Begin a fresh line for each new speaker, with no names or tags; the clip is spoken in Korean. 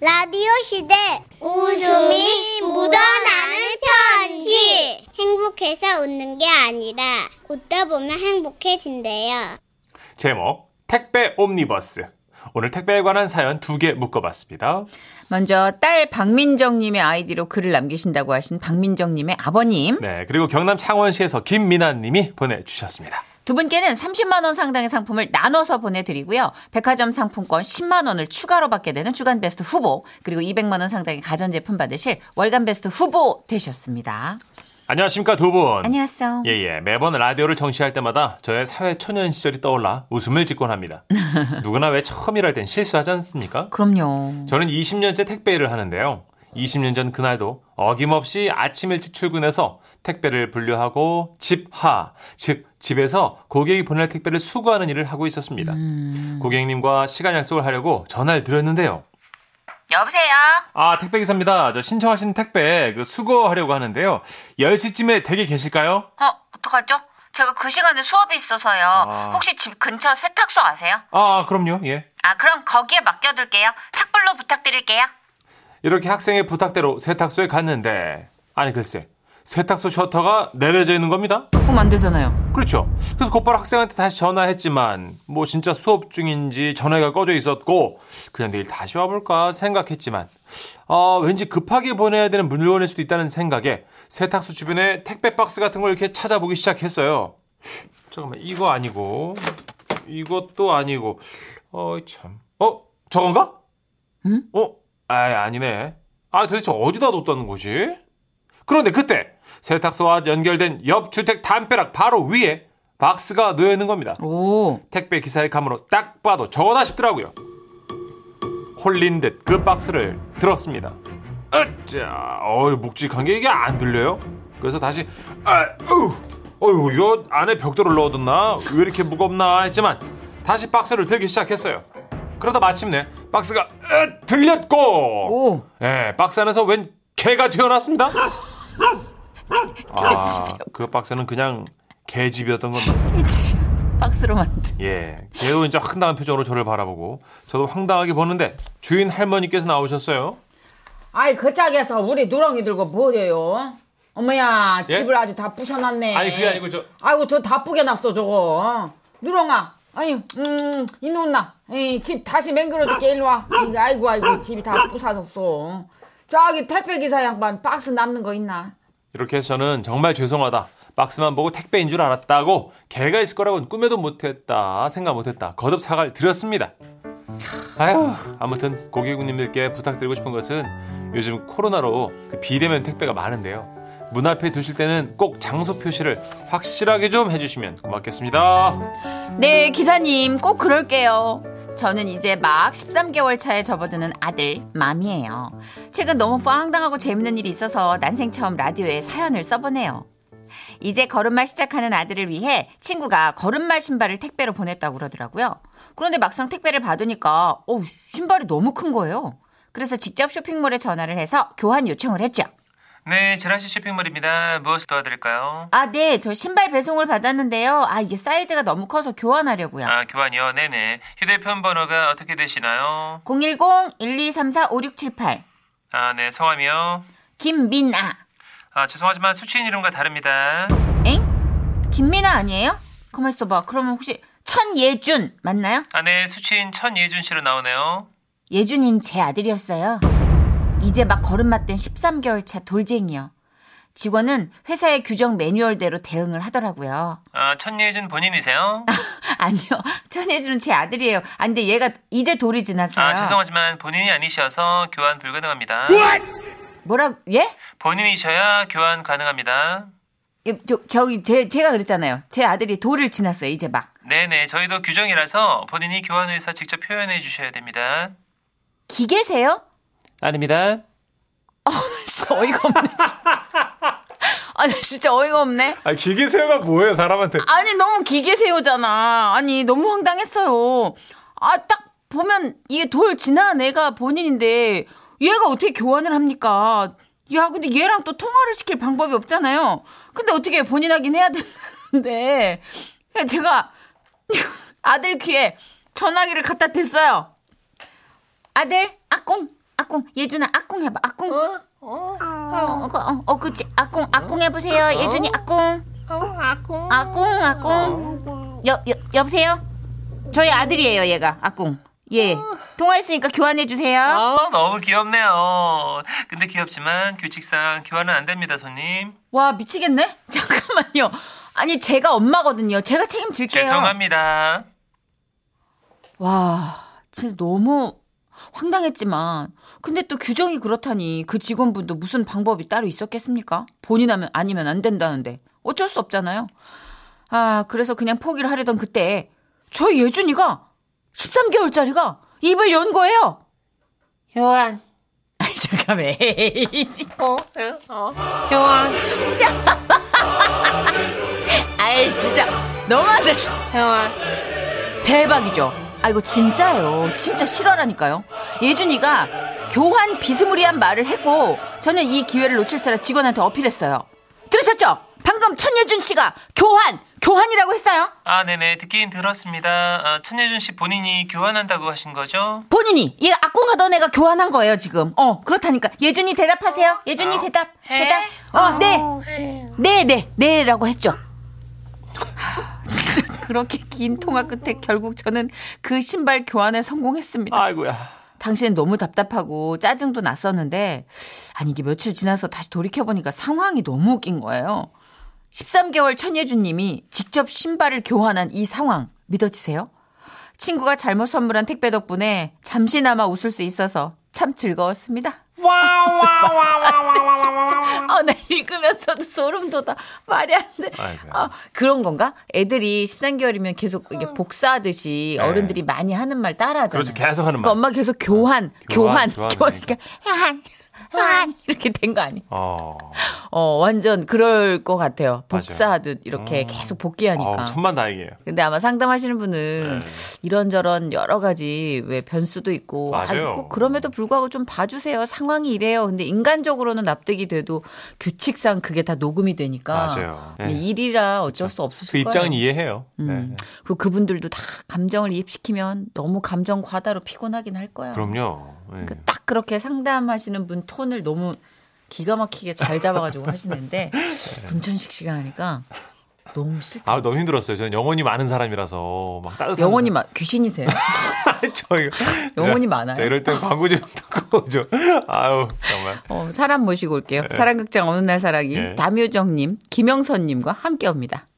라디오 시대 웃음이 묻어나는 편지 행복해서 웃는 게 아니라 웃다 보면 행복해진대요.
제목 택배 옴니버스. 오늘 택배에 관한 사연 두 개 묶어봤습니다.
먼저 딸 박민정님의 아이디로 글을 남기신다고 하신 박민정님의 아버님
네, 그리고 경남 창원시에서 김민아님이 보내주셨습니다.
두 분께는 30만 원 상당의 상품을 나눠서 보내드리고요. 백화점 상품권 10만 원을 추가로 받게 되는 주간 베스트 후보 그리고 200만 원 상당의 가전제품 받으실 월간 베스트 후보 되셨습니다.
안녕하십니까 두 분.
안녕하세요.
예예 매번 라디오를 정시할 때마다 저의 사회 초년 시절이 떠올라 웃음을 짓곤 합니다. 누구나 왜 처음 일할 땐 실수하지 않습니까?
그럼요.
저는 20년째 택배 일을 하는데요. 20년 전 그날도 어김없이 아침 일찍 출근해서 택배를 분류하고 집하, 즉 집에서 고객이 보낼 택배를 수거하는 일을 하고 있었습니다. 고객님과 시간 약속을 하려고 전화를 드렸는데요.
여보세요.
아, 택배 기사입니다. 저 신청하신 택배 그 수거하려고 하는데요. 10시쯤에 댁에 계실까요?
어 어떡하죠? 제가 그 시간에 수업이 있어서요.
아.
혹시 집 근처 세탁소 아세요?
아, 아, 그럼요. 예.
아 그럼 거기에 맡겨둘게요. 착불로 부탁드릴게요.
이렇게 학생의 부탁대로 세탁소에 갔는데 아니 글쎄. 세탁소 셔터가 내려져 있는 겁니다.
그럼 안 되잖아요.
그렇죠. 그래서 곧바로 학생한테 다시 전화했지만 뭐 진짜 수업 중인지 전화가 꺼져 있었고 그냥 내일 다시 와볼까 생각했지만 아 왠지 급하게 보내야 되는 물건일 수도 있다는 생각에 세탁소 주변에 택배 박스 같은 걸 이렇게 찾아보기 시작했어요. 잠깐만 이거 아니고 이것도 아니고 어참 어 저건가?
응?
어? 아 아니네. 아 도대체 어디다 뒀다는 거지? 그런데 그때 세탁소와 연결된 옆 주택 담벼락 바로 위에 박스가 놓여 있는 겁니다.
오.
택배 기사의 감으로 딱 봐도 저거다 싶더라고요. 홀린 듯 그 박스를 들었습니다. 으짜, 어이 묵직한 게 이게 안 들려요? 그래서 다시 아, 우, 어유 이거 안에 벽돌을 넣어뒀나? 왜 이렇게 무겁나 했지만 다시 박스를 들기 시작했어요. 그러다 마침내 박스가 으, 들렸고,
오.
예, 박스 안에서 웬 개가 튀어나왔습니다. 아, 그 박스는 그냥 개집이었던 겁니다.
집 박스로 만든.
예. 걔도 이제 황당한 표정으로 저를 바라보고 저도 황당하게 보는데 주인 할머니께서 나오셨어요.
아이 그 짝에서 우리 누렁이 들고 뭐래요? 어머야
예?
집을 아주 다 부셔놨네.
아니, 그게 아니고 저-
아이고 저 다 부게 났어 저거. 누렁아. 아니 음 이놈나. 에이, 집 다시 맹그러줄게 일로 와. 이거, 아이고 아이고 집이 다 부사졌어. 저기 택배 기사 양반 박스 남는 거 있나?
이렇게 해서 저는 정말 죄송하다. 박스만 보고 택배인 줄 알았다고 개가 있을 거라고는 꿈에도 못했다. 생각 못했다. 거듭 사과를 드렸습니다. 아휴, 아무튼 고객님들께 부탁드리고 싶은 것은 요즘 코로나로 그 비대면 택배가 많은데요. 문 앞에 두실 때는 꼭 장소 표시를 확실하게 좀 해주시면 고맙겠습니다.
네, 기사님 꼭 그럴게요. 저는 이제 막 13개월 차에 접어드는 아들 맘이에요. 최근 너무 황당하고 재밌는 일이 있어서 난생 처음 라디오에 사연을 써보네요. 이제 걸음마 시작하는 아들을 위해 친구가 걸음마 신발을 택배로 보냈다고 그러더라고요. 그런데 막상 택배를 받으니까 어 신발이 너무 큰 거예요. 그래서 직접 쇼핑몰에 전화를 해서 교환 요청을 했죠.
네, 제라시 쇼핑몰입니다. 무엇 도와드릴까요?
아, 네, 저 신발 배송을 받았는데요. 아, 이게 사이즈가 너무 커서 교환하려고요.
아, 교환이요? 네네. 휴대폰 번호가 어떻게 되시나요?
010-1234-5678
아, 네, 성함이요?
김민아
아, 죄송하지만 수취인 이름과 다릅니다.
엥? 김민아 아니에요? 가만 있어봐 그러면 혹시 천예준 맞나요?
아, 네, 수취인 천예준 씨로 나오네요.
예준인 제 아들이었어요 이제 막 걸음맞던 13개월 차 돌쟁이요 직원은 회사의 규정 매뉴얼대로 대응을 하더라고요
아, 천예준 본인이세요?
아니요 천예준은 제 아들이에요 아 근데 얘가 이제 돌이 지났어요
아, 죄송하지만 본인이 아니셔서 교환 불가능합니다.
뭐라고 예?
본인이셔야 교환 가능합니다.
예, 저, 저기 제, 제가 그랬잖아요 제 아들이 돌을 지났어요 이제 막
네네, 저희도 규정이라서 본인이 교환 의사 직접 표현해 주셔야 됩니다.
기계세요?
아닙니다.
진짜 어이가 없네 진짜. 아니 진짜 어이가 없네.
아, 기계세요가 뭐예요, 사람한테?
아니 너무 기계세요잖아. 아니 너무 황당했어요. 아 딱 보면 이게 돌 지난 애가 본인인데 얘가 어떻게 교환을 합니까? 야 근데 얘랑 또 통화를 시킬 방법이 없잖아요. 근데 어떻게 본인 하긴 해야 되는데 그냥 제가 아들 귀에 전화기를 갖다 댔어요. 아들 아꿍 아꿍 예준아 아꿍 해봐 아꿍 어,
어? 어? 어?
어, 그, 어, 어 그치 아꿍 아꿍 해보세요 예준이 아꿍
어? 아꿍.
아꿍 아꿍 여, 여, 여보세요 저희 아들이에요 얘가 아꿍 예
어.
통화했으니까 교환해주세요
아, 너무 귀엽네요. 근데 귀엽지만 규칙상 교환은 안 됩니다, 손님.
와 미치겠네 잠깐만요 아니 제가 엄마거든요 제가 책임질게요
죄송합니다.
와, 진짜 너무 황당했지만, 근데 또 규정이 그렇다니 그 직원분도 무슨 방법이 따로 있었겠습니까? 본인 하면 아니면 안 된다는데 어쩔 수 없잖아요. 아, 그래서 그냥 포기를 하려던 그때 저희 예준이가 13개월짜리가 입을 연 거예요.
효안.
아이, 잠깐만. 에이, 진짜.
어? 에? 어? 효안.
아이, 진짜. 너무하다. 진짜.
효안.
대박이죠. 아 이거 진짜예요. 진짜 실화라니까요. 예준이가 교환 비스무리한 말을 했고 저는 이 기회를 놓칠 사라 직원한테 어필했어요. 들으셨죠? 방금 천예준 씨가 교환 교환이라고 했어요.
아, 네네. 듣긴 들었습니다. 아, 천예준 씨 본인이 교환한다고 하신 거죠?
본인이 얘 악궁하던 애가 교환한 거예요 지금. 어 그렇다니까 예준이 대답하세요. 예준이 대답 대답. 어네네네 네라고 했죠. 하, 진짜 그렇게 긴 통화 끝에 결국 저는 그 신발 교환에 성공했습니다.
아이고야.
당시엔 너무 답답하고 짜증도 났었는데 아니 이게 며칠 지나서 다시 돌이켜보니까 상황이 너무 웃긴 거예요. 13개월 천예준 님이 직접 신발을 교환한 이 상황 믿어지세요? 친구가 잘못 선물한 택배 덕분에 잠시나마 웃을 수 있어서 참 즐거웠습니다. 아, 나 읽으면서도 소름 돋아. 말이 안 돼.
아이고야.
아, 그런 건가? 애들이 13개월이면 계속 이게 복사하듯이
음. 네. 그렇죠.
어른들이 많이 하는 말 따라하잖아요.
그렇지, 계속 하는
그러니까
말.
엄마 계속 교환,
교환,
교환, 교환,
교환.
그러니까 교환, 교환 이렇게 된 거 아니에요?
어.
어, 완전 그럴 것 같아요.
맞아요.
복사하듯 이렇게
음.
계속 복귀하니까.
아우, 천만 다행이에요.
근데 아마 상담하시는 분은 이런저런 여러 가지 왜 변수도 있고
네. 맞아요.
꼭 그럼에도 불구하고 좀 봐주세요. 상황이 이래요. 근데 인간적으로는 납득이 돼도 규칙상 그게 다 녹음이 되니까
맞아요.
그러니까 근데
예.
일이라 어쩔 수 없으실
그
거예요.
입장은 이해해요.
음.
네.
그 그분들도 다 감정을 이입시키면 너무 감정 과다로 피곤하긴 할 거야.
그럼요. 예.
그딱 그렇게 상담하시는 분 톤을 너무 기가 막히게 잘 잡아가지고 하시는데 네. 문천식 씨가 하니까 너무 싫다.
아, 너무 힘들었어요. 저는 영혼이 많은 사람이라서 막 따뜻한
영혼이 막 귀신이세요?
저 이거-
영혼이
자,
많아요.
자, 이럴 땐 광고 좀 듣고 오죠. 아유, 정말.
어, 사람 모시고 올게요. 사랑극장 어느 날 사랑이
예.
담요정님, 김영선님과 함께옵니다.